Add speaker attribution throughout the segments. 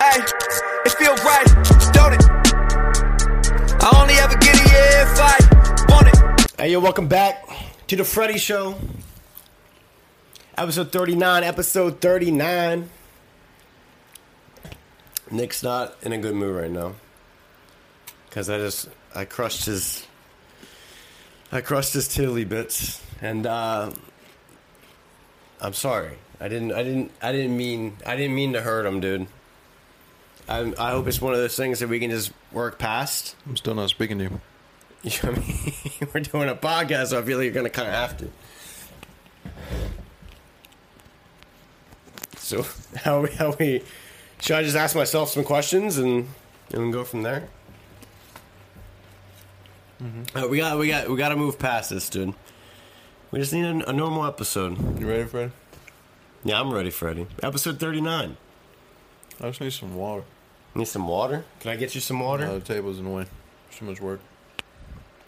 Speaker 1: right, it feel right, don't it? I only ever get it yeah, if I want it.
Speaker 2: Hey, yo, welcome back to the Freddy Show. Episode 39, episode 39. Nick's not in a good mood right now. Because I just, I crushed his, I crushed his tiddly bits. And, uh, I'm sorry. I didn't, I didn't, I didn't mean, I didn't mean to hurt him, dude. I, I hope it's one of those things that we can just work past.
Speaker 3: I'm still not speaking to you.
Speaker 2: You know what I mean? We're doing a podcast, so I feel like you're gonna kind of have to. So how we how we should I just ask myself some questions and and go from there? Uh, we got we got we got to move past this, dude. We just need a, a normal episode.
Speaker 3: You ready, Fred?
Speaker 2: Yeah, I'm ready, Freddy. Episode 39.
Speaker 3: I just need some water.
Speaker 2: Need some water? Can I get you some water?
Speaker 3: Uh, the table's annoying. Too much work.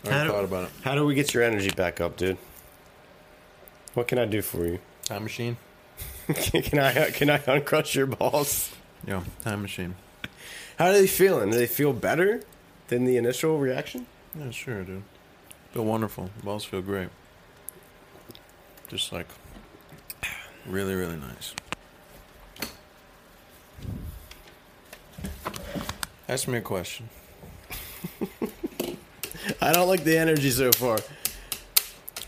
Speaker 3: I
Speaker 2: How
Speaker 3: already
Speaker 2: do-
Speaker 3: thought about it.
Speaker 2: How do we get your energy back up, dude? What can I do for you?
Speaker 3: Time machine.
Speaker 2: can I can I uncrush your balls?
Speaker 3: Yeah, time machine.
Speaker 2: How are they feeling? Do they feel better than the initial reaction?
Speaker 3: Yeah, sure, dude. Feel wonderful. Balls feel great. Just like really, really nice. Ask me a question.
Speaker 2: I don't like the energy so far.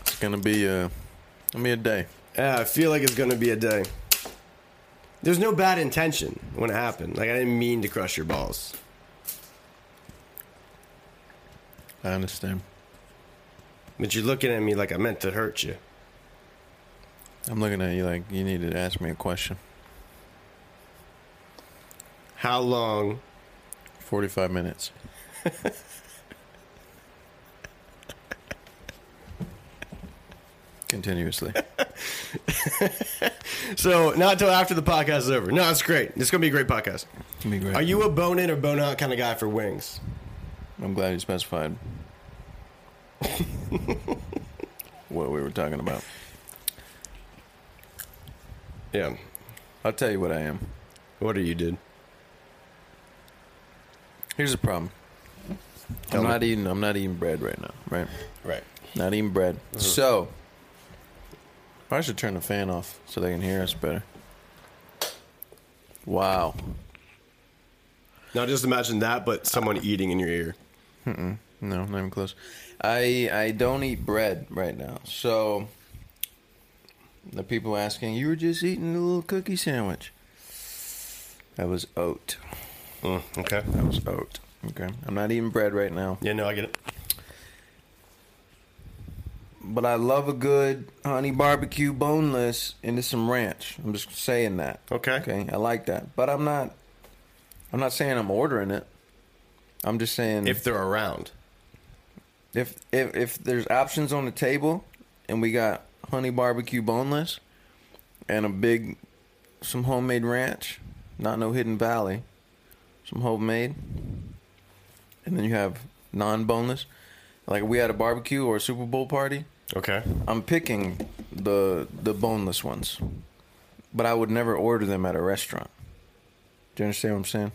Speaker 3: It's gonna be uh gonna be a day.
Speaker 2: Yeah, I feel like it's gonna be a day. There's no bad intention when it happened. Like I didn't mean to crush your balls.
Speaker 3: I understand.
Speaker 2: But you're looking at me like I meant to hurt you.
Speaker 3: I'm looking at you like you need to ask me a question.
Speaker 2: How long
Speaker 3: Forty five minutes. Continuously.
Speaker 2: So not until after the podcast is over. No, it's great. It's gonna be a great podcast.
Speaker 3: Can be great.
Speaker 2: Are you a bone in or bone out kind of guy for wings?
Speaker 3: I'm glad you specified what we were talking about.
Speaker 2: Yeah.
Speaker 3: I'll tell you what I am.
Speaker 2: What are you, dude?
Speaker 3: Here's the problem.
Speaker 2: Tell me. Hmm.
Speaker 3: I'm not eating. I'm not eating bread right now. Right.
Speaker 2: Right.
Speaker 3: Not eating bread. So I should turn the fan off so they can hear us better. Wow.
Speaker 2: Now just imagine that, but someone eating in your ear.
Speaker 3: No, not even close. I I don't eat bread right now. So the people asking, you were just eating a little cookie sandwich. That was oat.
Speaker 2: Mm, okay.
Speaker 3: That was oat. Okay. I'm not eating bread right now.
Speaker 2: Yeah, no, I get it.
Speaker 3: But I love a good honey barbecue boneless into some ranch. I'm just saying that.
Speaker 2: Okay.
Speaker 3: Okay. I like that. But I'm not I'm not saying I'm ordering it. I'm just saying
Speaker 2: If they're around.
Speaker 3: If if if there's options on the table, and we got honey barbecue boneless, and a big, some homemade ranch, not no hidden valley, some homemade, and then you have non-boneless. Like we had a barbecue or a Super Bowl party.
Speaker 2: Okay.
Speaker 3: I'm picking the the boneless ones, but I would never order them at a restaurant. Do you understand what I'm saying?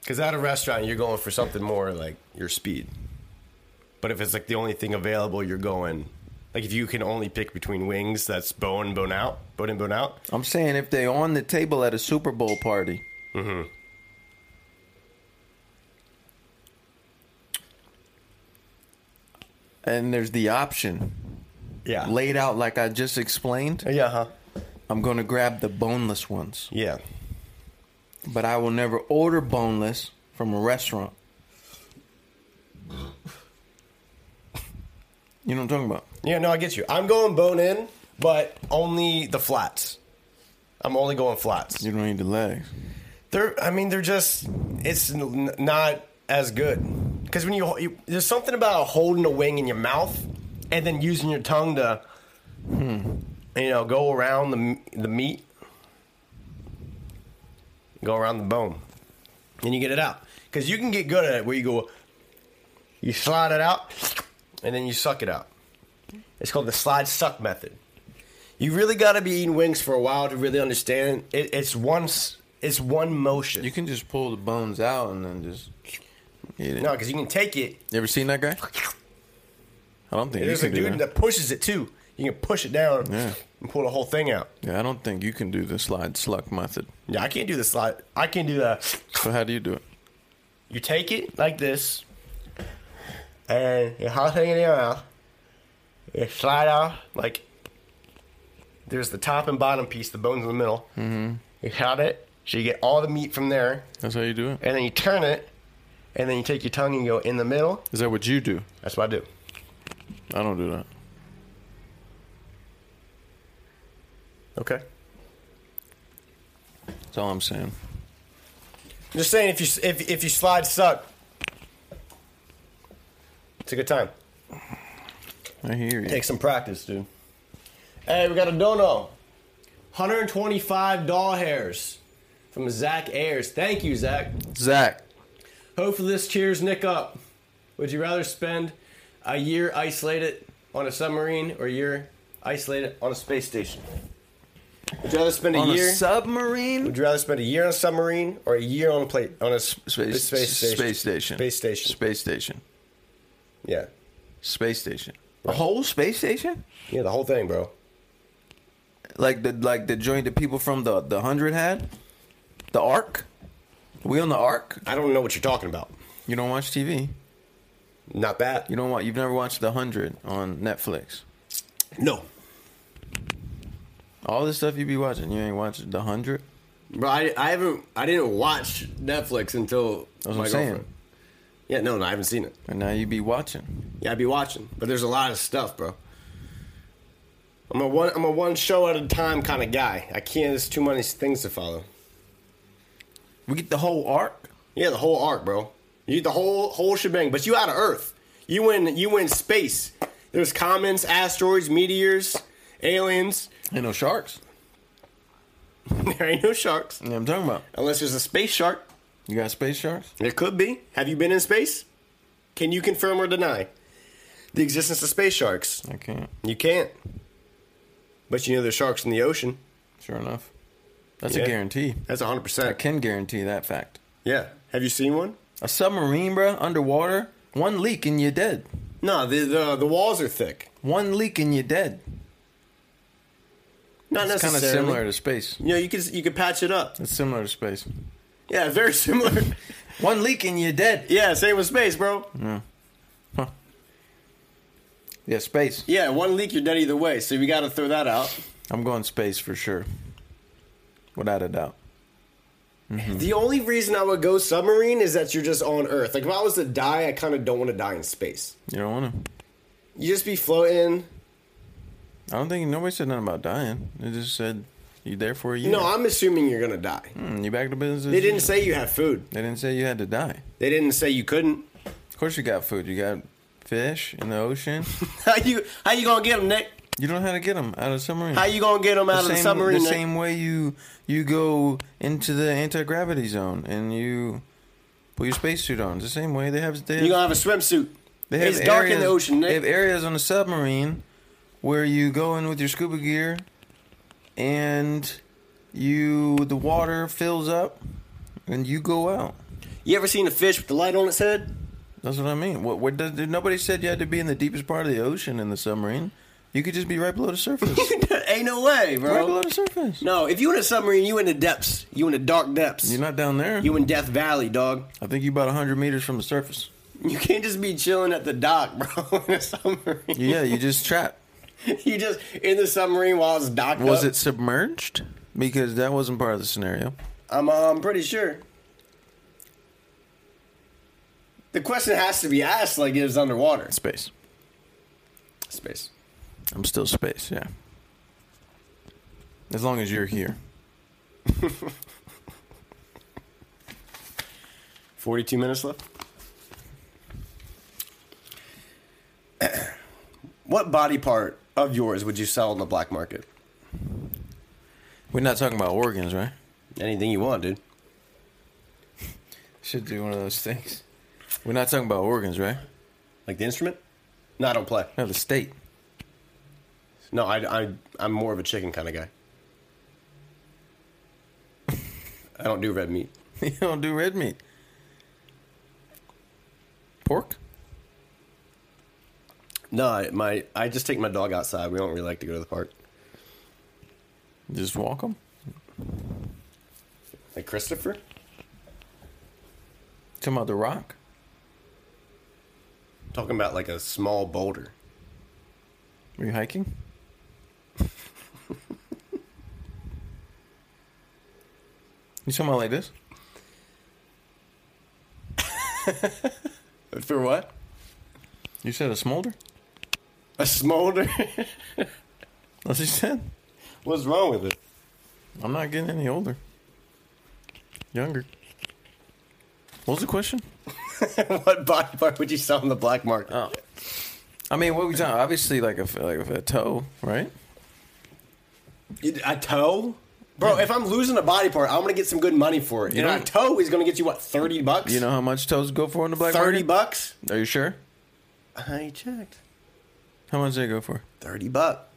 Speaker 2: Because at a restaurant, you're going for something more like your speed. But if it's like the only thing available, you're going. Like if you can only pick between wings, that's bone, bone out, bone in, bone out.
Speaker 3: I'm saying if they on the table at a Super Bowl party. And there's the option
Speaker 2: Yeah.
Speaker 3: laid out like I just explained.
Speaker 2: Yeah, huh?
Speaker 3: I'm going to grab the boneless ones,
Speaker 2: Yeah.
Speaker 3: but I will never order boneless from a restaurant. You know what I'm talking about?
Speaker 2: Yeah, no, I get you. I'm going bone in, but only the flats. I'm only going flats.
Speaker 3: You don't need the legs.
Speaker 2: They're, I mean, they're just, it's n- not as good. Because when you, you, there's something about holding a wing in your mouth and then using your tongue to, you know, go around the m- the meat, go around the bone, and you get it out. Because you can get good at it where you go, you slide it out, and then you suck it out. It's called the slide suck method. You really got to be eating wings for a while to really understand. It, it's one s- It's one motion.
Speaker 3: You can just pull the bones out and then just eat it.
Speaker 2: no, because you can take it.
Speaker 3: You ever seen that guy? I don't think you
Speaker 2: There's a
Speaker 3: can do
Speaker 2: dude that
Speaker 3: that.
Speaker 2: pushes it too. You can push it down
Speaker 3: Yeah.
Speaker 2: and pull the whole thing out.
Speaker 3: Yeah, I don't think you can do the slide sluck method.
Speaker 2: Yeah, I can't do the slide. I can do the.
Speaker 3: So how do you do it?
Speaker 2: You take it like this, and you hold it in your mouth. You slide off like. There's the top and bottom piece, the bones in the middle. Mm-hmm. You cut it, so you get all the meat from there,
Speaker 3: That's how you do it.
Speaker 2: and then you turn it, and then you take your tongue and you go in the middle.
Speaker 3: Is that what you do?
Speaker 2: That's what I do.
Speaker 3: I don't do that.
Speaker 2: Okay.
Speaker 3: That's all I'm saying.
Speaker 2: I'm just saying, if you if if you slide suck, it's a good time.
Speaker 3: I hear you.
Speaker 2: Take some practice, dude. Hey, we got a dono. $125 doll hairs from Zach Ayers. Thank you, Zach.
Speaker 3: Zach,
Speaker 2: Hopefully, this cheers Nick up. Would you rather spend a year isolated on a submarine or a year isolated on a space station? Would you rather spend a
Speaker 3: on
Speaker 2: year?
Speaker 3: a submarine?
Speaker 2: would you rather spend a year on a submarine or a year on a plate on a space,
Speaker 3: Space,
Speaker 2: space station?
Speaker 3: space station.
Speaker 2: Space station.
Speaker 3: Space station.
Speaker 2: yeah,
Speaker 3: Space station. A whole space station?
Speaker 2: yeah, the whole thing, bro.
Speaker 3: Like the like the joint the people from the the hundred had? The Ark? We on the Ark?
Speaker 2: I don't know what you're talking about.
Speaker 3: You don't watch TV.
Speaker 2: Not that.
Speaker 3: You don't want you've never watched The Hundred on Netflix.
Speaker 2: No,
Speaker 3: All this stuff you be watching, you ain't watching The Hundred.
Speaker 2: Bro, I, I haven't. I didn't watch Netflix until
Speaker 3: That's
Speaker 2: my
Speaker 3: what I'm
Speaker 2: girlfriend.
Speaker 3: saying.
Speaker 2: Yeah, no, no, I haven't seen it.
Speaker 3: And now you be watching.
Speaker 2: Yeah, I'd be watching, but there's a lot of stuff, bro. I'm a one. I'm a one show at a time kind of guy. I can't. There's too many things to follow.
Speaker 3: We get the whole arc.
Speaker 2: Yeah, the whole arc, bro. You get the whole whole shebang, but you out of Earth. You win. You win space. There's comets, asteroids, meteors, aliens.
Speaker 3: Ain't no sharks.
Speaker 2: there ain't no sharks
Speaker 3: You know what I'm talking about.
Speaker 2: unless there's a space shark.
Speaker 3: You got space sharks?
Speaker 2: There could be. Have you been in space? Can you confirm or deny the existence of space sharks?
Speaker 3: I can't.
Speaker 2: You can't. But you know there's sharks in the ocean.
Speaker 3: Sure enough. That's
Speaker 2: Yeah.
Speaker 3: a guarantee.
Speaker 2: That's 100%.
Speaker 3: I can guarantee that fact.
Speaker 2: Yeah. Have you seen one?
Speaker 3: A submarine, bro, underwater, one leak and you're dead.
Speaker 2: No, the the, the walls are thick.
Speaker 3: One leak and you're dead.
Speaker 2: Not
Speaker 3: It's kind of
Speaker 2: necessarily.
Speaker 3: similar to space.
Speaker 2: You know, you could you could patch it up.
Speaker 3: It's similar to space.
Speaker 2: Yeah, very similar.
Speaker 3: One leak and you're dead.
Speaker 2: yeah, same with space, bro.
Speaker 3: Yeah, space.
Speaker 2: Yeah, one leak you're dead either way. So we got to throw that out.
Speaker 3: I'm going space for sure. Without a doubt.
Speaker 2: The only reason I would go submarine is that you're just on Earth. Like if I was to die, I kind of don't want to die in space.
Speaker 3: You don't want to.
Speaker 2: You just be floating.
Speaker 3: I don't think nobody said nothing about dying. They just said you there for a year.
Speaker 2: No, I'm assuming you're gonna die.
Speaker 3: Mm, you back to business.
Speaker 2: They didn't say you have food.
Speaker 3: They didn't say you had to die.
Speaker 2: They didn't say you couldn't.
Speaker 3: Of course you got food. You got fish in the ocean.
Speaker 2: How you how you gonna get them, Nick?
Speaker 3: you don't know how to get them out of the submarine.
Speaker 2: How you gonna get them out
Speaker 3: the
Speaker 2: of
Speaker 3: same,
Speaker 2: the submarine?
Speaker 3: the
Speaker 2: Nick?
Speaker 3: same way you you go into the anti gravity zone and you put your spacesuit on. It's the same way they have. They have
Speaker 2: You gonna have a swimsuit?
Speaker 3: They have
Speaker 2: it's dark in the
Speaker 3: areas-
Speaker 2: ocean,
Speaker 3: They
Speaker 2: Nick.
Speaker 3: have areas on the submarine where you go in with your scuba gear, and you the water fills up, and you go out.
Speaker 2: you ever seen a fish with the light on its head?
Speaker 3: That's what I mean. What? What? Does, nobody said you had to be in the deepest part of the ocean in the submarine. You could just be right below the surface.
Speaker 2: Ain't no way,
Speaker 3: right below
Speaker 2: bro.
Speaker 3: the surface.
Speaker 2: No, if you in a submarine, you in the depths. You in the dark depths.
Speaker 3: You're not down there.
Speaker 2: you in Death Valley, dog.
Speaker 3: I think you're about hundred meters from the surface.
Speaker 2: You can't just be chilling at the dock, bro. In a submarine,
Speaker 3: Yeah, you just trapped.
Speaker 2: you just in the submarine while it's docked.
Speaker 3: Was
Speaker 2: up.
Speaker 3: it submerged? Because that wasn't part of the scenario.
Speaker 2: I'm, uh, I'm pretty sure. The question has to be asked like it was underwater.
Speaker 3: Space.
Speaker 2: Space.
Speaker 3: I'm still space, yeah. As long as you're here.
Speaker 2: 42 minutes left. what body part of yours would you sell on the black market?
Speaker 3: We're not talking about organs, right?
Speaker 2: Anything you want, dude.
Speaker 3: Should do one of those things. We're not talking about organs, right?
Speaker 2: Like the instrument? No, I don't play.
Speaker 3: No, the state.
Speaker 2: No, I, I, I'm more of a chicken kind of guy. I don't do red meat.
Speaker 3: you don't do red meat. Pork?
Speaker 2: No, I, my I just take my dog outside. We don't really like to go to the park.
Speaker 3: Just walk them.
Speaker 2: Like Christopher?
Speaker 3: Talking about the rock.
Speaker 2: Talking about like a small boulder.
Speaker 3: Were you hiking? you talking about like this?
Speaker 2: For what?
Speaker 3: You said a smolder?
Speaker 2: A smolder?
Speaker 3: That's what you said.
Speaker 2: What's wrong with it?
Speaker 3: I'm not getting any older. Younger. What was the question?
Speaker 2: what body part would you sell on the black market?
Speaker 3: Oh. I mean, what we talking? Obviously, like a like a toe, right?
Speaker 2: You- A toe? Bro, if I'm losing a body part, I'm gonna get some good money for it.
Speaker 3: You
Speaker 2: and
Speaker 3: know-
Speaker 2: a toe is gonna get you what, thirty bucks?
Speaker 3: You know how much toes go for in the black
Speaker 2: thirty
Speaker 3: market?
Speaker 2: bucks?
Speaker 3: Are you sure?
Speaker 2: I checked.
Speaker 3: How much they go for?
Speaker 2: Thirty buck.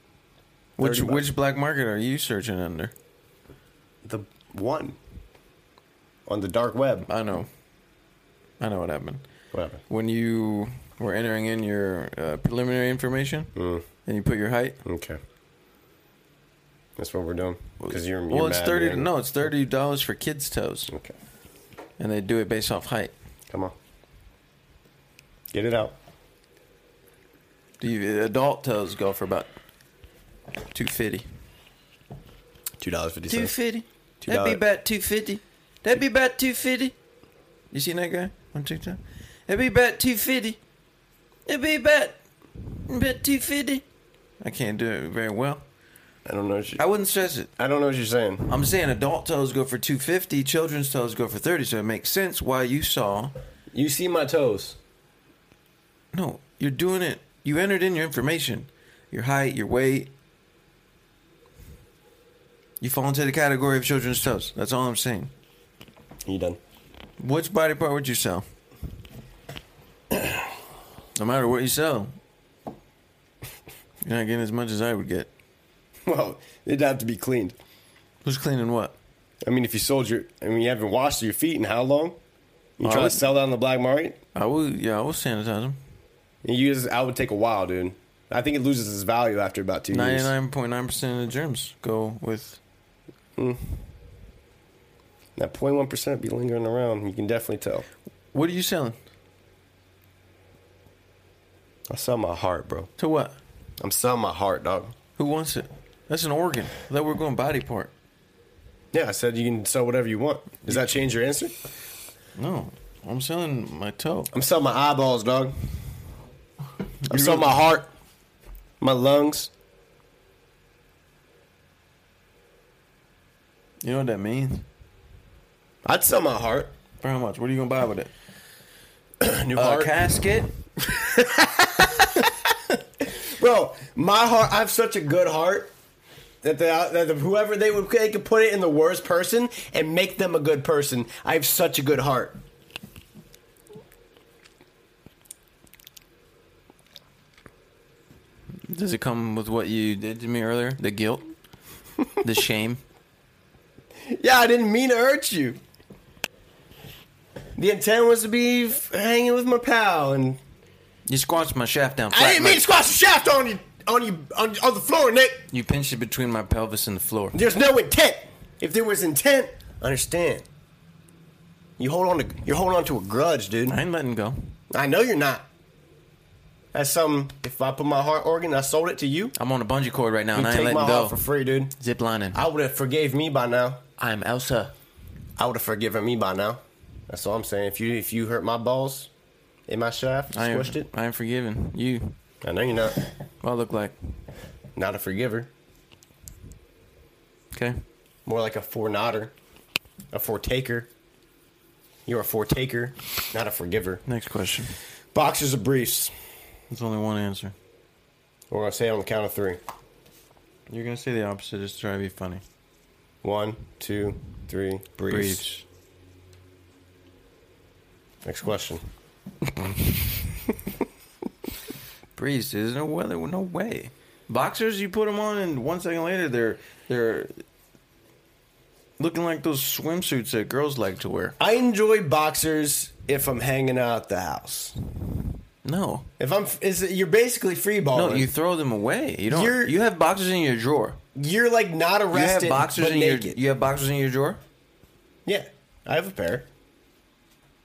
Speaker 3: Which
Speaker 2: 30 bucks.
Speaker 3: which black market are you searching under?
Speaker 2: The one. On the dark web.
Speaker 3: I know. I know what happened.
Speaker 2: Whatever.
Speaker 3: When you were entering in your uh, preliminary information
Speaker 2: Mm.
Speaker 3: and you put your height,
Speaker 2: Okay. That's what we're doing. Because you're,
Speaker 3: well,
Speaker 2: you're
Speaker 3: it's
Speaker 2: mad,
Speaker 3: thirty.
Speaker 2: you're-
Speaker 3: No, it's thirty dollars for kids' toes,
Speaker 2: Okay.
Speaker 3: and they do it based off height.
Speaker 2: Come on. Get it out.
Speaker 3: Do you, uh, adult toes go for about two fifty?
Speaker 2: Two dollars fifty
Speaker 3: Two fifty. That'd be
Speaker 2: dollar-
Speaker 3: about two fifty. That'd be about two fifty. You seen that guy on TikTok? That'd be about two fifty. It'd be about about two fifty. I can't do it very well.
Speaker 2: I don't know. What you,
Speaker 3: I wouldn't stress it.
Speaker 2: I don't know what you're saying.
Speaker 3: I'm saying adult toes go for two fifty, children's toes go for thirty, so it makes sense why you saw
Speaker 2: You see my toes.
Speaker 3: No, you're doing it you entered in your information. Your height, your weight. You fall into the category of children's toes. That's all I'm saying.
Speaker 2: You done?
Speaker 3: Which body part would you sell? No matter what you sell, you're not getting as much as I would get.
Speaker 2: Well, it'd have to be cleaned.
Speaker 3: Who's cleaning what?
Speaker 2: I mean, if you sold your, I mean, you haven't washed your feet in how long? You trying
Speaker 3: Uh,
Speaker 2: to sell that on the black market?
Speaker 3: I will. Yeah, I will sanitize them.
Speaker 2: And You just, I would take a while, dude. I think it loses its value after about two years.
Speaker 3: Ninety-nine point nine percent of the germs go with.
Speaker 2: That 0.1 percent be lingering around. You can definitely tell.
Speaker 3: What are you selling?
Speaker 2: I sell my heart, bro.
Speaker 3: To what?
Speaker 2: I'm selling my heart, dog.
Speaker 3: Who wants it? That's an organ. That we're going body part.
Speaker 2: Yeah, I said you can sell whatever you want. Does that change your answer?
Speaker 3: No, I'm selling my toe.
Speaker 2: I'm selling my eyeballs, dog. I'm
Speaker 3: You
Speaker 2: selling
Speaker 3: really-
Speaker 2: my heart, my lungs.
Speaker 3: You know what that means?
Speaker 2: I'd sell my heart.
Speaker 3: For how much? What are you gonna buy with it?
Speaker 2: New
Speaker 3: A
Speaker 2: heart.
Speaker 3: casket.
Speaker 2: Bro, my heart, I have such a good heart that, they, that the, whoever they would, they could put it in the worst person and make them a good person. I have such a good heart.
Speaker 3: Does it come with what you did to me earlier? The guilt, the shame.
Speaker 2: Yeah, I didn't mean to hurt you. The intent was to be f- hanging with my pal, and
Speaker 3: You squashed my shaft down.
Speaker 2: I
Speaker 3: flat,
Speaker 2: didn't mean
Speaker 3: my-
Speaker 2: to squash the shaft on you, on you, on, on the floor, Nick.
Speaker 3: You pinched it between my pelvis and the floor.
Speaker 2: There's no intent. If there was intent, understand. You hold on to you hold on to a grudge, dude.
Speaker 3: I ain't letting go.
Speaker 2: I know you're not. That's something. If I put my heart organ, I sold it to you.
Speaker 3: I'm on a bungee cord right now,
Speaker 2: You
Speaker 3: and I ain't
Speaker 2: take my
Speaker 3: letting
Speaker 2: heart
Speaker 3: go.
Speaker 2: for free, dude.
Speaker 3: Zip lining.
Speaker 2: I would have forgave me by now.
Speaker 3: I'm Elsa.
Speaker 2: I would have forgiven me by now. That's all I'm saying. If you if you hurt my balls in my shaft,
Speaker 3: I am,
Speaker 2: squished it.
Speaker 3: I am forgiven. You.
Speaker 2: I know you're not
Speaker 3: What I look like?
Speaker 2: not a forgiver.
Speaker 3: Okay.
Speaker 2: More like a four knotter, a four taker. You're a four taker, not a forgiver.
Speaker 3: Next question.
Speaker 2: Boxers of briefs.
Speaker 3: There's only one answer.
Speaker 2: We're gonna say it on the count of three.
Speaker 3: You're gonna say the opposite just to try to be funny.
Speaker 2: One, two, three. Briefs.
Speaker 3: Briefs.
Speaker 2: Next question.
Speaker 3: Breeze, there's no weather, no way. Boxers, you put them on, and one second later, they're they're Looking like those swimsuits that girls like to wear.
Speaker 2: I enjoy boxers if I'm hanging out the house.
Speaker 3: No,
Speaker 2: If I'm, is it, you're basically free balling.
Speaker 3: no, you throw them away. You don't.
Speaker 2: Oh, You're-
Speaker 3: you have boxers in your drawer.
Speaker 2: you're like not
Speaker 3: You
Speaker 2: arrested,
Speaker 3: have boxers
Speaker 2: but
Speaker 3: in
Speaker 2: naked.
Speaker 3: your. You have boxers in your drawer.
Speaker 2: Yeah, I have a pair.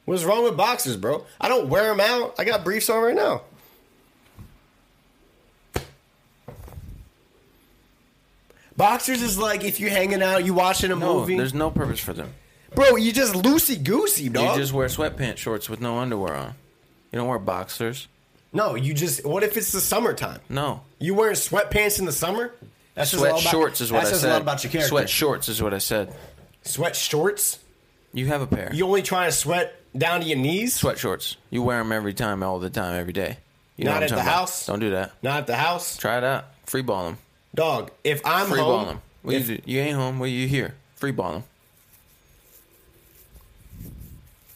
Speaker 2: What's wrong with boxers, bro? I don't wear them out. I got briefs on right now. Boxers is like if you're hanging out, you watching a
Speaker 3: No,
Speaker 2: movie,
Speaker 3: there's no purpose for them.
Speaker 2: bro. You just loosey goosey,
Speaker 3: You
Speaker 2: dog.
Speaker 3: just wear sweatpants shorts with no underwear on. You don't wear boxers.
Speaker 2: no, you just. What if it's the summertime?
Speaker 3: No.
Speaker 2: You wearing sweatpants in the summer? That's just a
Speaker 3: Sweat
Speaker 2: lot about-
Speaker 3: shorts is what
Speaker 2: that
Speaker 3: I
Speaker 2: says
Speaker 3: said.
Speaker 2: a lot about your character.
Speaker 3: Sweat shorts is what I said.
Speaker 2: Sweat shorts.
Speaker 3: You have a pair.
Speaker 2: You only trying to sweat down to your knees?
Speaker 3: sweat shorts. You wear them every time, all the time, every day. You
Speaker 2: Not
Speaker 3: what I'm
Speaker 2: at the
Speaker 3: talking about.
Speaker 2: house.
Speaker 3: Don't do that.
Speaker 2: Not at the house,
Speaker 3: Try it out. Free ball them.
Speaker 2: dog. If I'm
Speaker 3: Free ball
Speaker 2: home,
Speaker 3: them. What
Speaker 2: if-
Speaker 3: you, do? you ain't home. What you here? Free ball them.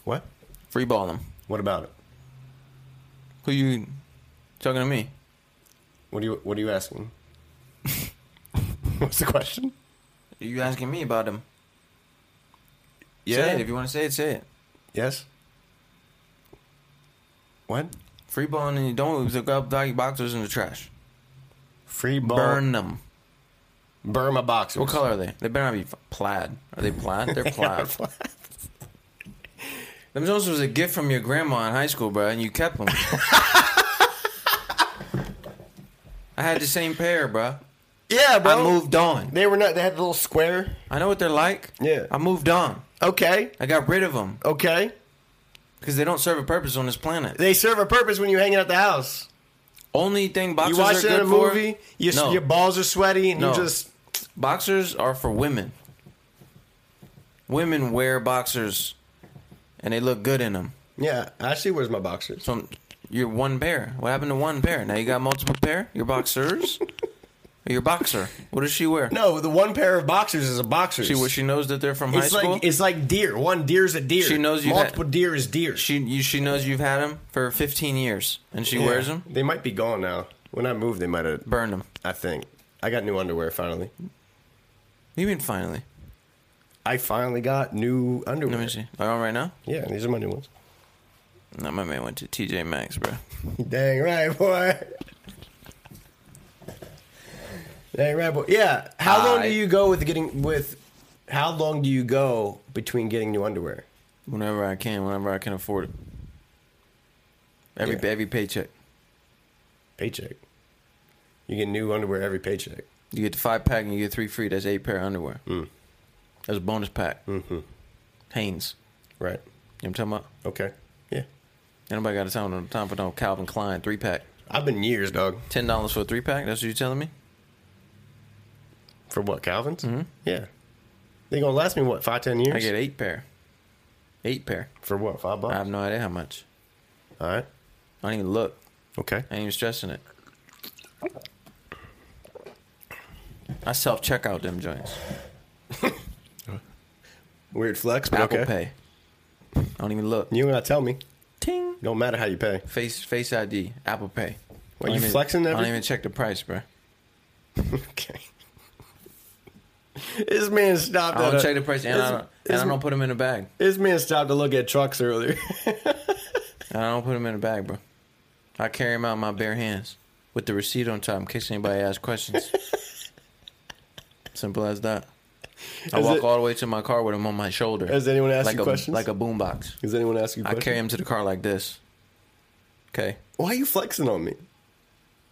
Speaker 2: what?
Speaker 3: Free ball them.
Speaker 2: What about it?
Speaker 3: Who you talking to me?
Speaker 2: What are you What are you asking? What's the question?
Speaker 3: You asking me about them? Say
Speaker 2: Yeah.
Speaker 3: it. If you want to say it, say it.
Speaker 2: Yes. What?
Speaker 3: Free balling and you don't look up doggy boxers in the trash.
Speaker 2: Free ball.
Speaker 3: Burn them.
Speaker 2: Burn my boxers.
Speaker 3: What color are they? They better not be f- plaid. Are they plaid? They're plaid. Them Jones was a gift from your grandma in high school, bro, and you kept them. I had the same pair, bro.
Speaker 2: Yeah, bro.
Speaker 3: I moved on.
Speaker 2: They were not. They had the little square.
Speaker 3: I know what they're like.
Speaker 2: Yeah.
Speaker 3: I moved on.
Speaker 2: Okay.
Speaker 3: I got rid of them
Speaker 2: Okay.
Speaker 3: because they don't serve a purpose on this planet.
Speaker 2: They serve a purpose when you're hanging out the house.
Speaker 3: Only thing boxers
Speaker 2: You watch
Speaker 3: are
Speaker 2: it
Speaker 3: good
Speaker 2: in a
Speaker 3: for-
Speaker 2: movie. Your,
Speaker 3: no,
Speaker 2: your balls are sweaty, and
Speaker 3: No.
Speaker 2: you just
Speaker 3: boxers are for women. Women wear boxers, and they look good in them.
Speaker 2: yeah. Actually, where's my boxers?
Speaker 3: So you're one pair. What happened to one pair? Now you got multiple pair. Your boxers. Or your boxer. What does she wear?
Speaker 2: No, the one pair of boxers is a boxer.
Speaker 3: She, what, she knows that they're from high
Speaker 2: It's like
Speaker 3: school.
Speaker 2: it's like deer. One deer's a deer.
Speaker 3: She knows you
Speaker 2: multiple
Speaker 3: had-
Speaker 2: deer is deer.
Speaker 3: she you, she knows you've had them for 15 years, and she
Speaker 2: Yeah.
Speaker 3: wears them.
Speaker 2: They might be gone now. When I moved, they might have.
Speaker 3: Burn them.
Speaker 2: I think I got new underwear finally.
Speaker 3: You mean finally?
Speaker 2: I finally got new underwear.
Speaker 3: Let me see. Are you on right now?
Speaker 2: Yeah, these are my new ones.
Speaker 3: No, my man went to TJ Maxx, bro.
Speaker 2: Dang right, boy. Dang right, boy. Yeah. How long
Speaker 3: I-
Speaker 2: do you go with getting with? How long do you go between getting new underwear?
Speaker 3: Whenever I can, whenever I can afford it. Every
Speaker 2: Yeah.
Speaker 3: every paycheck,
Speaker 2: Paycheck. You get new underwear every paycheck.
Speaker 3: you get the five pack and you get three free. That's eight pair of underwear.
Speaker 2: Mm.
Speaker 3: That's a bonus pack. Mm-hmm. Hanes.
Speaker 2: Right.
Speaker 3: You know what I'm talking about?
Speaker 2: Okay. Yeah.
Speaker 3: Anybody got a time on time for no Calvin Klein three pack?
Speaker 2: I've been years, dog.
Speaker 3: Ten dollars for a three pack? That's what you telling me?
Speaker 2: For what, Calvin's? Yeah. They gonna last me what, five, ten years?
Speaker 3: Mm-hmm. I get eight pair. Eight pair.
Speaker 2: For what, five bucks?
Speaker 3: I have no idea how much. Uh,
Speaker 2: All right.
Speaker 3: I don't even look.
Speaker 2: Okay.
Speaker 3: I ain't even stressing it. I self check out them joints.
Speaker 2: Weird flex, but
Speaker 3: Apple
Speaker 2: okay.
Speaker 3: Pay. I don't even look.
Speaker 2: You gotta tell me.
Speaker 3: Ting.
Speaker 2: Don't matter how you pay.
Speaker 3: Face Face ID. Apple Pay.
Speaker 2: What,
Speaker 3: I don't
Speaker 2: you
Speaker 3: even-
Speaker 2: flexing
Speaker 3: I don't
Speaker 2: every-
Speaker 3: even check the price, bro.
Speaker 2: Okay. this man stopped.
Speaker 3: I don't
Speaker 2: at a-
Speaker 3: check the price, and
Speaker 2: this-
Speaker 3: I don't, and
Speaker 2: this-
Speaker 3: I don't put them in a bag.
Speaker 2: This man stopped to look at trucks earlier.
Speaker 3: And I don't put them in a bag, bro. I carry them out in my bare hands with the receipt on top in case anybody asks questions. Simple as that. I
Speaker 2: Is
Speaker 3: walk
Speaker 2: it-
Speaker 3: all the way to my car with them on my shoulder.
Speaker 2: Has anyone asked
Speaker 3: like
Speaker 2: you
Speaker 3: a,
Speaker 2: questions?
Speaker 3: Like a boombox.
Speaker 2: Does anyone ask you?
Speaker 3: I
Speaker 2: Questions?
Speaker 3: carry him to the car like this. Okay.
Speaker 2: Why are you flexing on me?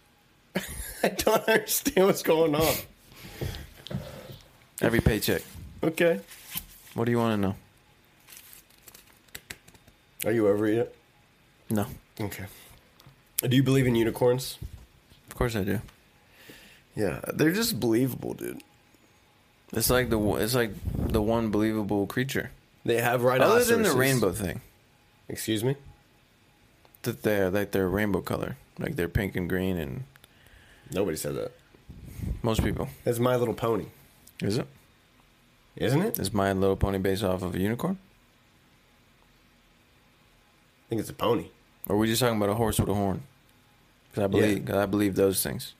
Speaker 2: I don't understand what's going on.
Speaker 3: Every paycheck.
Speaker 2: Okay.
Speaker 3: What do you want to know?
Speaker 2: Are you over it yet?
Speaker 3: No.
Speaker 2: Okay. Do you believe in unicorns?
Speaker 3: Of course I do.
Speaker 2: Yeah, they're just believable, dude.
Speaker 3: It's like the one- it's like the one believable creature.
Speaker 2: They have
Speaker 3: Other
Speaker 2: rhinoceroses.
Speaker 3: than the rainbow thing,
Speaker 2: Excuse me?
Speaker 3: that they're like they're rainbow color, like they're pink and green, and
Speaker 2: Nobody said that.
Speaker 3: most people.
Speaker 2: That's My Little Pony,
Speaker 3: Is it?
Speaker 2: isn't it? I
Speaker 3: Is My Little Pony based off of a unicorn?
Speaker 2: think it's a pony.
Speaker 3: Or are we just talking about a horse with a horn? Because I believe,
Speaker 2: Yeah.
Speaker 3: 'cause I believe those things.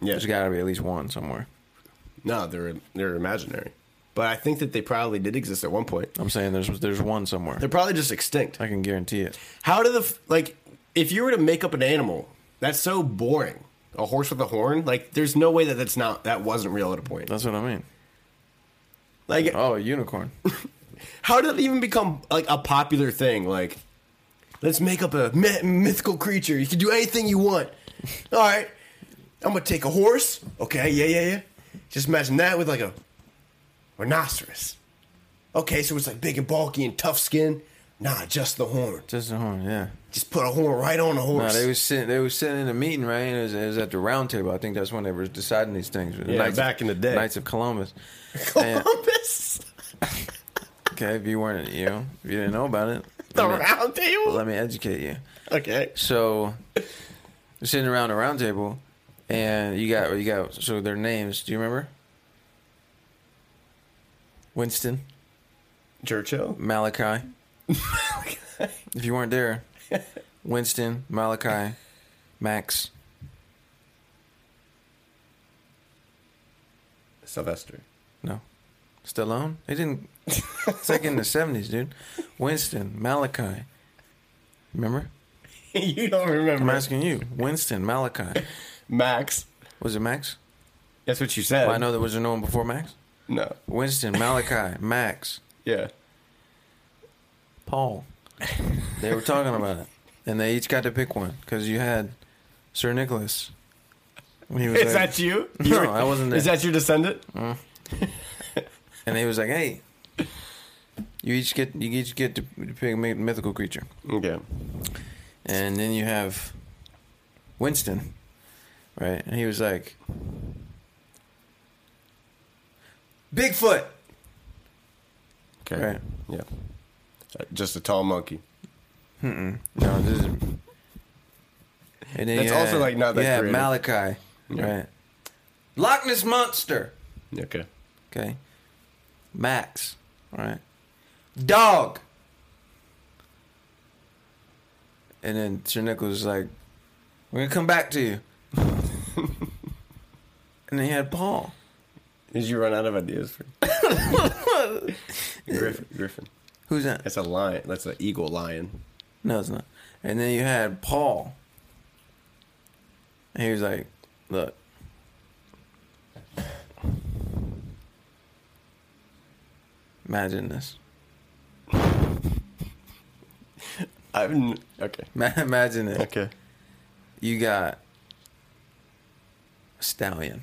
Speaker 2: Yeah.
Speaker 3: There's got to be at least one somewhere.
Speaker 2: No, they're they're imaginary. but I think that they probably did exist at one point.
Speaker 3: I'm saying there's there's one somewhere.
Speaker 2: They're probably just extinct.
Speaker 3: I can guarantee it.
Speaker 2: How do the f- like if you were to make up an animal, that's so boring. A horse with a horn, like there's no way that that's not that wasn't real at a point.
Speaker 3: That's what I mean.
Speaker 2: Like
Speaker 3: Oh, a unicorn.
Speaker 2: how did it even become like a popular thing? Like let's make up a myth- mythical creature. You can do anything you want. All right, I'm gonna take a horse. Okay, yeah, yeah, yeah. Just imagine that with like a rhinoceros. Okay, so it's like big and bulky and tough skin. Nah, just the horn.
Speaker 3: Just a horn. Yeah.
Speaker 2: Just put a horn right on a
Speaker 3: No,
Speaker 2: horse.
Speaker 3: they was sitting. They was sitting in a meeting, right? And it was, it was at the round table. I think that's when they were deciding these things. The
Speaker 2: Yeah,
Speaker 3: Knights
Speaker 2: back in the day.
Speaker 3: Knights of Columbus. And-
Speaker 2: Columbus.
Speaker 3: okay, if you weren't, you know, if you didn't know about it,
Speaker 2: The
Speaker 3: let me-
Speaker 2: round table.
Speaker 3: let me educate you.
Speaker 2: Okay.
Speaker 3: So we're sitting around a round table, and you got you got so their names. Do you remember? Winston,
Speaker 2: Churchill.
Speaker 3: Malachi. if you weren't there, Winston, Malachi, Max,
Speaker 2: Sylvester.
Speaker 3: no, Stallone. They didn't. It's like in the seventies, dude. Winston, Malachi. Remember?
Speaker 2: you don't remember.
Speaker 3: I'm asking you. Winston, Malachi.
Speaker 2: Max.
Speaker 3: Was it Max?
Speaker 2: That's what you said.
Speaker 3: Well, I know there was no one before Max.
Speaker 2: No.
Speaker 3: Winston, Malachi, Max,
Speaker 2: Yeah.
Speaker 3: Paul. They were talking about it, and they each got to pick one because you had Sir Nicholas. He was
Speaker 2: Is
Speaker 3: like-
Speaker 2: that you?
Speaker 3: No,
Speaker 2: You're-
Speaker 3: I wasn't there.
Speaker 2: Is that your descendant?
Speaker 3: And he was like, "Hey, you each get you each get to pick a myth- mythical creature,
Speaker 2: Okay.
Speaker 3: and then you have Winston, right?" And he was like, "Bigfoot,
Speaker 2: Okay.
Speaker 3: right?"
Speaker 2: Yeah. Uh, Just a tall monkey.
Speaker 3: No, this is. And then you
Speaker 2: That's
Speaker 3: had-
Speaker 2: also, like, not that
Speaker 3: you had
Speaker 2: creative.
Speaker 3: Malachi,
Speaker 2: Yeah.
Speaker 3: right? Loch Ness monster.
Speaker 2: Okay.
Speaker 3: Okay. Max, right? Dog. And then Sir Nicholas was like, "We're gonna come back to you." and then he had Paul.
Speaker 2: Did you run out of ideas for Griffin? Griffin.
Speaker 3: Who's that?
Speaker 2: That's a lion. That's an eagle lion.
Speaker 3: No, it's not. And then you had Paul. And he was like, look. Imagine this.
Speaker 2: I've n- okay.
Speaker 3: Ma- Imagine this.
Speaker 2: Okay.
Speaker 3: You got a stallion.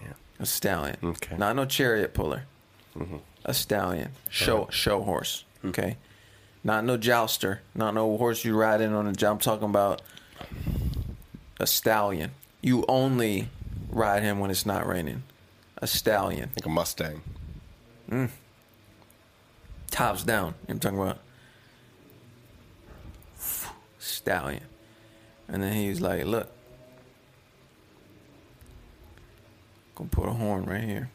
Speaker 2: Yeah.
Speaker 3: A stallion.
Speaker 2: Okay. Mm-hmm.
Speaker 3: Not no chariot puller. A stallion. Show show horse.
Speaker 2: Hmm.
Speaker 3: Okay. Not no jouster. Not no horse you ride in on a job. I'm talking about a stallion. You only ride him when it's not raining. A stallion.
Speaker 2: Like a Mustang.
Speaker 3: Tops down. You know what I'm talking about stallion. And then he was like, look. Gonna put a horn right here.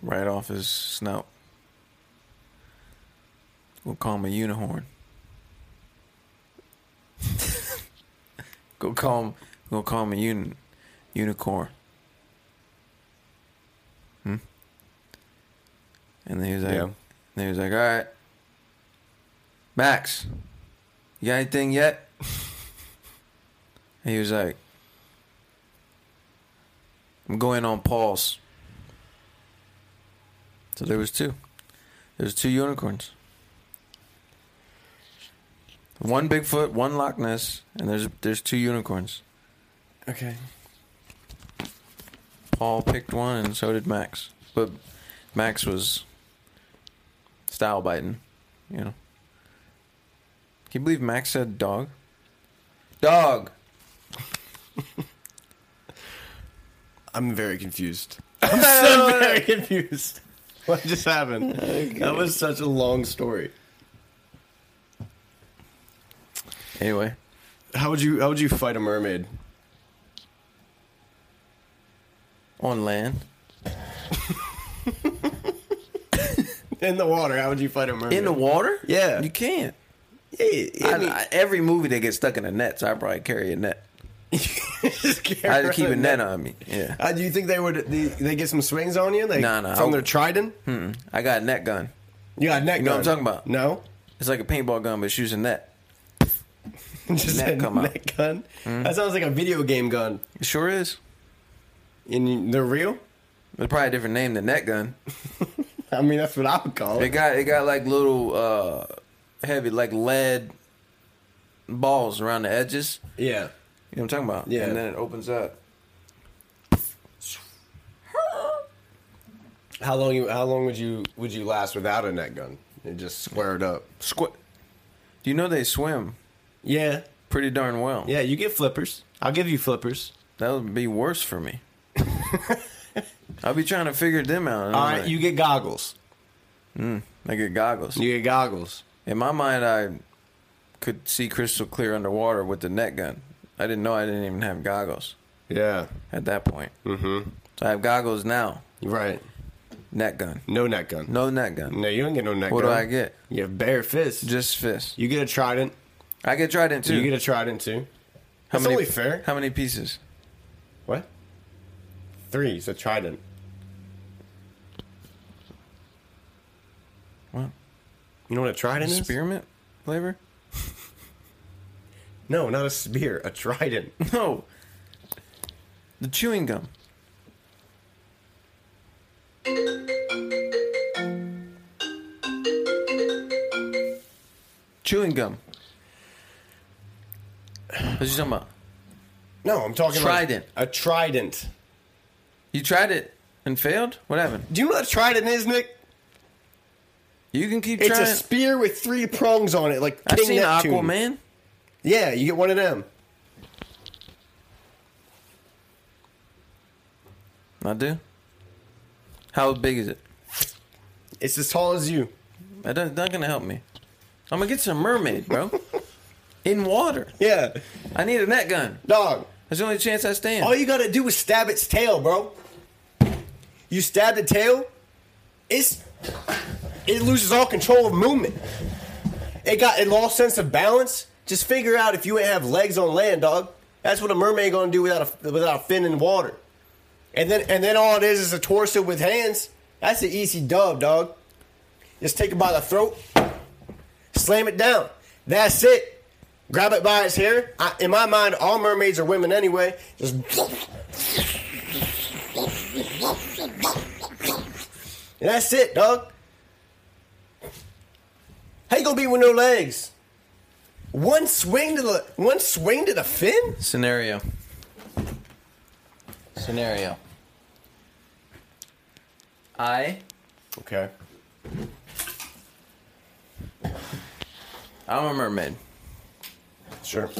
Speaker 3: Right off his snout. We'll call him a unicorn. go call him go call him a uni, unicorn. Hmm? And then he was like
Speaker 2: Yeah.
Speaker 3: and he was like, Alright. Max, you got anything yet? And he was like, I'm going on pause. So there was two. There was two unicorns. One Bigfoot, one Loch Ness, and there's there's two unicorns.
Speaker 2: Okay.
Speaker 3: Paul picked one, and so did Max. But Max was style biting, you know. Can you believe Max said dog? Dog.
Speaker 2: I'm very confused. I'm so very confused. What just happened? That was such a long story.
Speaker 3: Anyway,
Speaker 2: How would you how would you fight a mermaid?
Speaker 3: on land,
Speaker 2: In the water, how would you fight a mermaid?
Speaker 3: in the water.
Speaker 2: Yeah.
Speaker 3: you can't.
Speaker 2: Yeah,
Speaker 3: I,
Speaker 2: I mean-
Speaker 3: I- every movie they get stuck in a net, so I probably carry a net.
Speaker 2: Just carry
Speaker 3: I had to keep a
Speaker 2: around
Speaker 3: net on me. Yeah.
Speaker 2: Uh, do you think they would? They, they get some swings on you? Like,
Speaker 3: Nah, nah,
Speaker 2: From
Speaker 3: I-
Speaker 2: their trident?
Speaker 3: Mm-mm. Mm-hmm. I got a net gun.
Speaker 2: You got a neck.
Speaker 3: You know what I'm
Speaker 2: gun.
Speaker 3: talking about.
Speaker 2: No.
Speaker 3: It's like a paintball gun, but it shoots a net.
Speaker 2: Just
Speaker 3: Neck
Speaker 2: a
Speaker 3: come out. Hmm.
Speaker 2: neck gun. That sounds like a video game gun.
Speaker 3: It sure is.
Speaker 2: And you- they're real.
Speaker 3: It's probably a different name than net gun.
Speaker 2: I mean, that's what I would call
Speaker 3: It
Speaker 2: it.
Speaker 3: got it got like little uh heavy like lead balls around the edges.
Speaker 2: Yeah.
Speaker 3: You know what I'm talking about?
Speaker 2: Yeah.
Speaker 3: And then it opens up.
Speaker 2: How long you? How long would you? Would you last without a net gun? It just squared up.
Speaker 3: Squ- Do you know they swim
Speaker 2: Yeah.
Speaker 3: pretty darn well?
Speaker 2: Yeah. You get flippers. I'll give you flippers.
Speaker 3: That would be worse for me. I'll be trying to figure them out.
Speaker 2: All right. You get goggles.
Speaker 3: I get goggles.
Speaker 2: You get goggles.
Speaker 3: In my mind, I could see crystal clear underwater with the net gun. I didn't know I didn't even have goggles
Speaker 2: Yeah.
Speaker 3: at that point. Mm-hmm. So I have goggles now.
Speaker 2: Right.
Speaker 3: Net gun.
Speaker 2: No net gun.
Speaker 3: No net gun.
Speaker 2: No, you don't get no neck
Speaker 3: What do
Speaker 2: gun.
Speaker 3: I get?
Speaker 2: You have bare fists.
Speaker 3: Just fist.
Speaker 2: you get a trident.
Speaker 3: I get trident too.
Speaker 2: You get a trident too.
Speaker 3: how
Speaker 2: That's
Speaker 3: many,
Speaker 2: only fair.
Speaker 3: How many pieces?
Speaker 2: What? Three. It's a trident.
Speaker 3: What?
Speaker 2: You know what a trident is?
Speaker 3: Spearmint flavor?
Speaker 2: No, not a spear. A trident.
Speaker 3: No. The chewing gum. Chewing gum. What you talking about?
Speaker 2: No, I'm talking
Speaker 3: Trident.
Speaker 2: Like a trident.
Speaker 3: You tried it and failed? What happened?
Speaker 2: Do you know what a trident is, Nick?
Speaker 3: You can keep
Speaker 2: It's
Speaker 3: trying.
Speaker 2: a spear with three prongs on it, like
Speaker 3: I've
Speaker 2: King
Speaker 3: seen
Speaker 2: Neptune.
Speaker 3: Aquaman.
Speaker 2: Yeah, you get one of them.
Speaker 3: I do. How big is it?
Speaker 2: It's as tall as you.
Speaker 3: That doesn't- not gonna help me. I'm gonna get some mermaid, bro. In water.
Speaker 2: Yeah,
Speaker 3: I need a net gun.
Speaker 2: dog.
Speaker 3: That's the only chance I stand.
Speaker 2: All you gotta do is stab its tail, bro. You stab the tail, it's it loses all control of movement. It got it lost sense of balance. Just figure out if you ain't have legs on land, dog. That's what a mermaid gonna do without a without a fin in water. And then and then all it is is a torso with hands. That's an easy dub, dog. Just take it by the throat, slam it down. That's it. Grab it by its hair. I, in my mind, all mermaids are women anyway. Just And that's it, dog. How you gonna be with no legs? One swing to the one swing to the fin?
Speaker 3: Scenario. Scenario. I
Speaker 2: Okay.
Speaker 3: I'm a mermaid.
Speaker 2: Sure.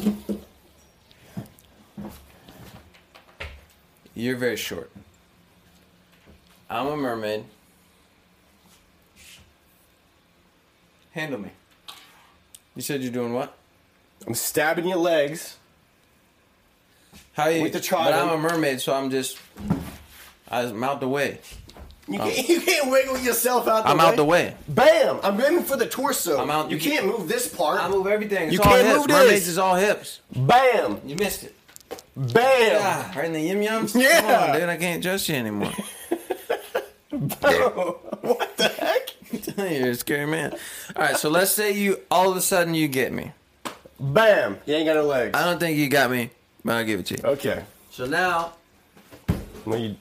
Speaker 3: You're very short. I'm a mermaid. Handle me. You said you're doing what?
Speaker 2: I'm stabbing your legs.
Speaker 3: How you?
Speaker 2: With the eh?
Speaker 3: but
Speaker 2: trident.
Speaker 3: I'm a mermaid, so I'm just I just mouth the way.
Speaker 2: You can't, you can't wiggle yourself out the
Speaker 3: I'm
Speaker 2: way.
Speaker 3: out the way.
Speaker 2: Bam! I'm aiming for the torso.
Speaker 3: I'm out-
Speaker 2: You can't move this part.
Speaker 3: I move everything. It's
Speaker 2: You
Speaker 3: all
Speaker 2: can't
Speaker 3: hips.
Speaker 2: move this.
Speaker 3: Mermaids is all hips.
Speaker 2: Bam!
Speaker 3: You missed it.
Speaker 2: Bam!
Speaker 3: Ah, right in the yum yums.
Speaker 2: Oh. Yeah.
Speaker 3: Come on, dude. I can't trust you anymore.
Speaker 2: what the heck?
Speaker 3: You're a scary man. All right, so let's say you all of a sudden you get me.
Speaker 2: Bam! You ain't got no legs.
Speaker 3: I don't think you got me, but I'll give it to you.
Speaker 2: Okay.
Speaker 3: So now
Speaker 2: Well, you-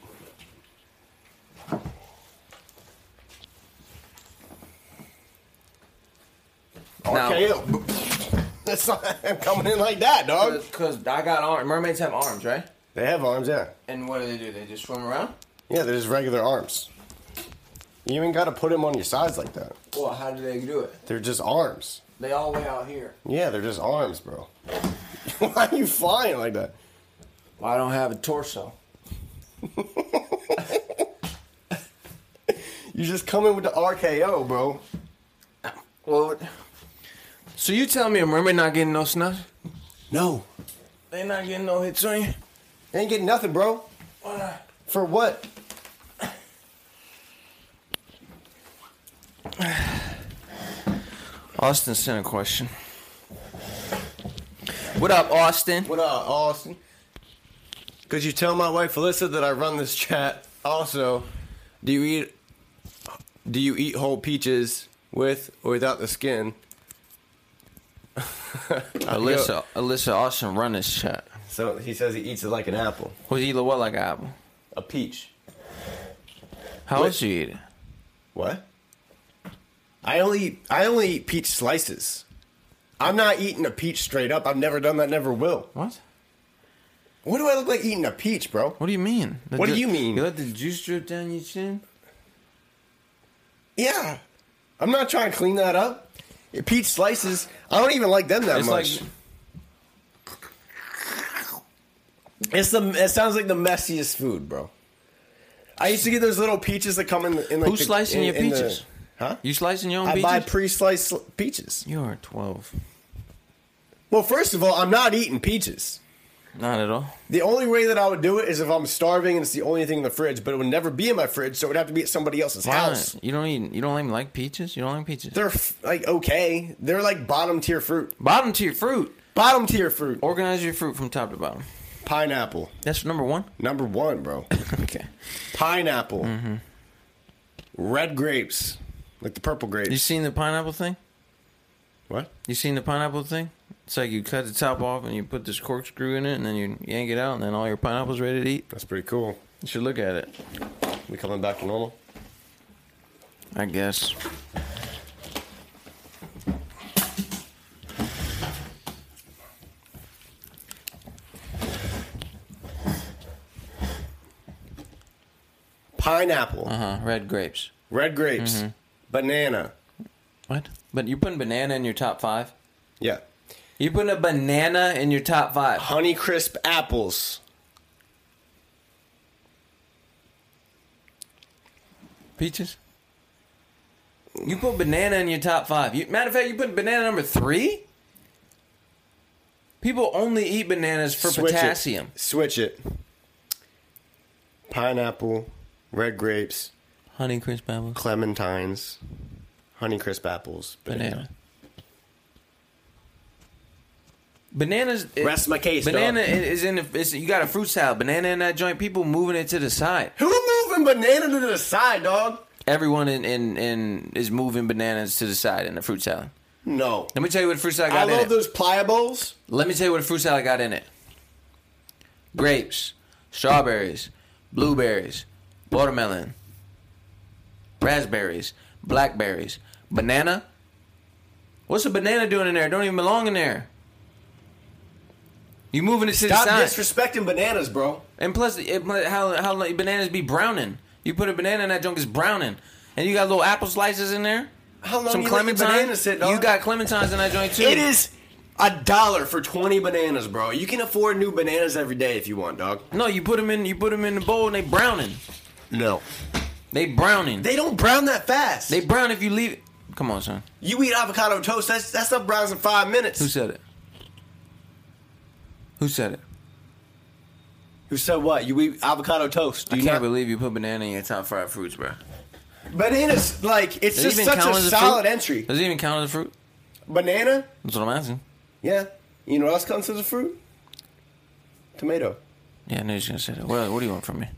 Speaker 3: Now-
Speaker 2: RKO. That's not I'm coming in like that, dog.
Speaker 3: Because I got arms. Mermaids have arms, right?
Speaker 2: They have arms, yeah.
Speaker 3: And what do they do? They just swim around?
Speaker 2: Yeah, they're just regular arms. You ain't got to put them on your sides like that.
Speaker 3: Well, how do they do it?
Speaker 2: They're just arms.
Speaker 3: They all way out here.
Speaker 2: Yeah, they're just arms, bro. Why are you flying like that?
Speaker 3: Well, I don't have a torso.
Speaker 2: You just come in with the RKO, bro.
Speaker 3: Well, so you tell me a mermaid not getting no snuff?
Speaker 2: No,
Speaker 3: They not getting no hits on you?
Speaker 2: ain't getting nothing, bro.
Speaker 3: Why not?
Speaker 2: For what?
Speaker 3: Austin sent a question. What up, Austin?
Speaker 2: What up, Austin? Could you tell my wife Alyssa that I run this chat? Also, do you eat do you eat whole peaches with or without the skin?
Speaker 3: Alyssa, Alyssa Austin run this chat.
Speaker 2: So he says he eats it like an apple,
Speaker 3: Was he what like an apple?
Speaker 2: a peach.
Speaker 3: How
Speaker 2: What?
Speaker 3: else you eat it?
Speaker 2: What? I only I only eat peach slices. I'm not eating a peach straight up. I've never done that. Never will.
Speaker 3: What?
Speaker 2: What do I look like eating a peach, bro?
Speaker 3: What do you mean? The
Speaker 2: What do
Speaker 3: ju-
Speaker 2: you mean?
Speaker 3: You let the juice drip down your chin?
Speaker 2: Yeah, I'm not trying to clean that up. Peach slices. I don't even like them that
Speaker 3: It's
Speaker 2: much.
Speaker 3: like
Speaker 2: It's the. It sounds like the messiest food, bro. I used to get those little peaches that come in. The, in like
Speaker 3: Who's
Speaker 2: the-
Speaker 3: slicing
Speaker 2: in-
Speaker 3: your
Speaker 2: in the-
Speaker 3: peaches?
Speaker 2: huh?
Speaker 3: you slicing your own
Speaker 2: I
Speaker 3: peaches.
Speaker 2: buy pre-sliced sl- peaches.
Speaker 3: you are twelve.
Speaker 2: Well, first of all, I'm not eating peaches.
Speaker 3: Not at all.
Speaker 2: The only way that I would do it is if I'm starving and it's the only thing in the fridge, but it would never be in my fridge, so it would have to be at somebody else's
Speaker 3: Why not?
Speaker 2: house.
Speaker 3: You don't even you don't even like peaches. You don't like peaches.
Speaker 2: They're f- like okay, they're like bottom tier fruit.
Speaker 3: bottom tier fruit.
Speaker 2: Bottom tier fruit.
Speaker 3: Organize your fruit from top to bottom.
Speaker 2: Pineapple,
Speaker 3: That's number one.
Speaker 2: number one, bro.
Speaker 3: okay.
Speaker 2: Pineapple. Red grapes, like the purple grapes.
Speaker 3: You seen the pineapple thing?
Speaker 2: what?
Speaker 3: You seen the pineapple thing? It's like you cut the top off and you put this corkscrew in it and then you yank it out and then all your pineapple's ready to eat.
Speaker 2: That's pretty cool.
Speaker 3: You should look at it.
Speaker 2: We coming back to normal?
Speaker 3: I guess.
Speaker 2: Pineapple,
Speaker 3: Uh huh. Red grapes.
Speaker 2: red grapes, banana.
Speaker 3: What? But you're putting banana in your top five?
Speaker 2: Yeah.
Speaker 3: You're putting a banana in your top five.
Speaker 2: Honey crisp apples.
Speaker 3: Peaches? You put banana in your top five. You, matter of fact, you put banana number three? People only eat bananas for
Speaker 2: Switch it.
Speaker 3: potassium.
Speaker 2: Switch it. Pineapple, red grapes,
Speaker 3: Honey crisp apples.
Speaker 2: clementines, honeycrisp apples, banana.
Speaker 3: Banana. Bananas. it-
Speaker 2: Rest my case,
Speaker 3: Banana
Speaker 2: dog.
Speaker 3: i- is in. The, it's, you got a fruit salad. Banana in that joint. People moving it to the side.
Speaker 2: Who moving banana to the side, dog?
Speaker 3: Everyone in, in, in is moving bananas to the side in the fruit salad.
Speaker 2: No.
Speaker 3: Let me tell you what fruit salad
Speaker 2: I
Speaker 3: got in
Speaker 2: love
Speaker 3: it.
Speaker 2: those pliables.
Speaker 3: Let me tell you what fruit salad got in it. Grapes, strawberries, blueberries, watermelon, raspberries, blackberries, banana. What's a banana doing in there? It don't even belong in there. You moving it to
Speaker 2: Stop
Speaker 3: the side.
Speaker 2: disrespecting bananas, bro.
Speaker 3: and plus, it, how how like, bananas be browning? You put a banana in that junk, it's browning. And you got little apple slices in there.
Speaker 2: How long
Speaker 3: Some
Speaker 2: you let the
Speaker 3: clementine.
Speaker 2: banana sit, dog?
Speaker 3: You got clementines in that joint too.
Speaker 2: It is a dollar for twenty bananas, bro. You can afford new bananas every day if you want, dog.
Speaker 3: No, you put them in. You put 'em in the bowl and they browning.
Speaker 2: No.
Speaker 3: They browning. They,
Speaker 2: They don't brown that fast.
Speaker 3: brown if you leave. it. Come on, son.
Speaker 2: you eat avocado toast, that's that stuff browns in five minutes.
Speaker 3: Who said it? Who said it?
Speaker 2: Who said what? You eat avocado toast. Do
Speaker 3: I
Speaker 2: you
Speaker 3: can't
Speaker 2: not-
Speaker 3: believe you put banana in your top five fruits, bro.
Speaker 2: Bananas, like it's
Speaker 3: Does it
Speaker 2: just
Speaker 3: even
Speaker 2: such
Speaker 3: count
Speaker 2: a
Speaker 3: as a
Speaker 2: solid
Speaker 3: fruit?
Speaker 2: entry.
Speaker 3: Does it even count as a fruit?
Speaker 2: Banana,
Speaker 3: That's what I'm asking.
Speaker 2: yeah. You know what else counts as a fruit? Tomato.
Speaker 3: Yeah, I knew you was gonna say that. What, what do you want from me?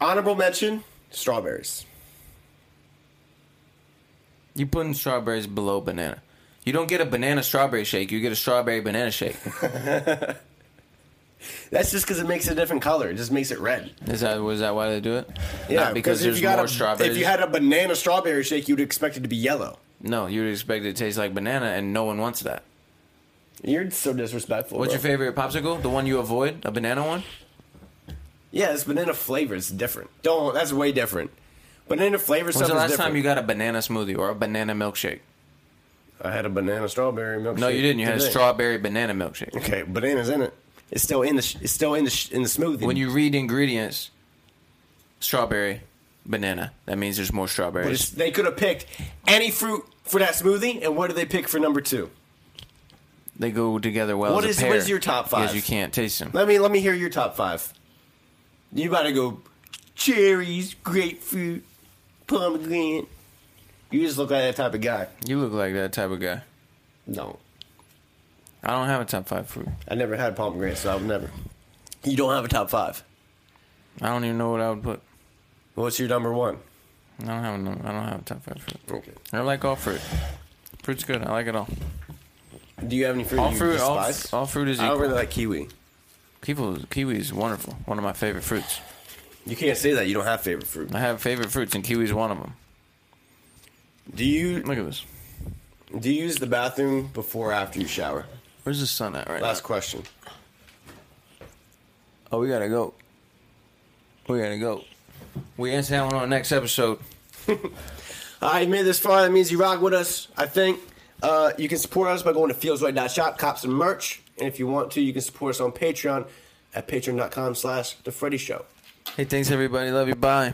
Speaker 2: Honorable mention: strawberries.
Speaker 3: You putting strawberries below banana. You don't get a banana strawberry shake. You get a strawberry banana shake.
Speaker 2: That's just because it makes a different color. It just makes it red.
Speaker 3: Is that was that why they do it?
Speaker 2: Yeah,
Speaker 3: Not because there's
Speaker 2: you got
Speaker 3: more
Speaker 2: a,
Speaker 3: strawberries.
Speaker 2: If you had a banana strawberry shake, you'd expect it to be yellow.
Speaker 3: no, you would expect it to taste like banana, and no one wants that.
Speaker 2: You're so disrespectful.
Speaker 3: What's
Speaker 2: bro.
Speaker 3: your favorite popsicle? The one you avoid? A banana one?
Speaker 2: Yeah, it's banana flavor. It's different. Don't. That's way different. Banana flavor
Speaker 3: When's
Speaker 2: stuff
Speaker 3: the
Speaker 2: is
Speaker 3: last
Speaker 2: different.
Speaker 3: time you got a banana smoothie or a banana milkshake?
Speaker 2: I had a banana strawberry milkshake.
Speaker 3: No, you didn't. You had a
Speaker 2: today.
Speaker 3: strawberry banana milkshake.
Speaker 2: Okay, bananas in it. It's still in the. sh- It's still in the sh- in the smoothie.
Speaker 3: When you read ingredients, strawberry, banana. That means there's more
Speaker 2: But it's-
Speaker 3: strawberries.
Speaker 2: they could have picked any fruit for that smoothie, and what did they pick for number two?
Speaker 3: They go together well.
Speaker 2: What
Speaker 3: as a
Speaker 2: is-
Speaker 3: pair
Speaker 2: what is your top
Speaker 3: Because
Speaker 2: five?
Speaker 3: you can't taste them.
Speaker 2: Let me let me hear your top five. You about to go cherries, grapefruit, pomegranate. You just look like that type of guy.
Speaker 3: You look like that type of guy.
Speaker 2: No,
Speaker 3: I don't have a top five fruit.
Speaker 2: I never had pomegranate, so I would never. You don't have a top five.
Speaker 3: I don't even know what I would put.
Speaker 2: What's your number one?
Speaker 3: I don't have a number. I don't have a top five fruit.
Speaker 2: Okay.
Speaker 3: I like all fruit. Fruit's good. I like it all.
Speaker 2: Do you have any fruit
Speaker 3: All
Speaker 2: you
Speaker 3: fruit, all,
Speaker 2: despise?
Speaker 3: all fruit is
Speaker 2: I
Speaker 3: equal.
Speaker 2: don't really like kiwi.
Speaker 3: People, kiwi is wonderful. One of my favorite fruits.
Speaker 2: You can't say that. You don't have favorite fruit.
Speaker 3: I have favorite fruits, and kiwi's one of them.
Speaker 2: Do you
Speaker 3: Look at this.
Speaker 2: do you use the bathroom before or after you shower?
Speaker 3: Where's the sun at right
Speaker 2: Last question.
Speaker 3: now? Oh, we gotta go. We gotta go. We answer that one on the next episode.
Speaker 2: All right, you made it this far. That means you rock with us. I think uh, you can support us by going to feelsright.shop, cop some merch, and if you want to, you can support us on Patreon at patreon.com/slash the Freddy Show.
Speaker 3: Hey, thanks everybody. Love you. Bye.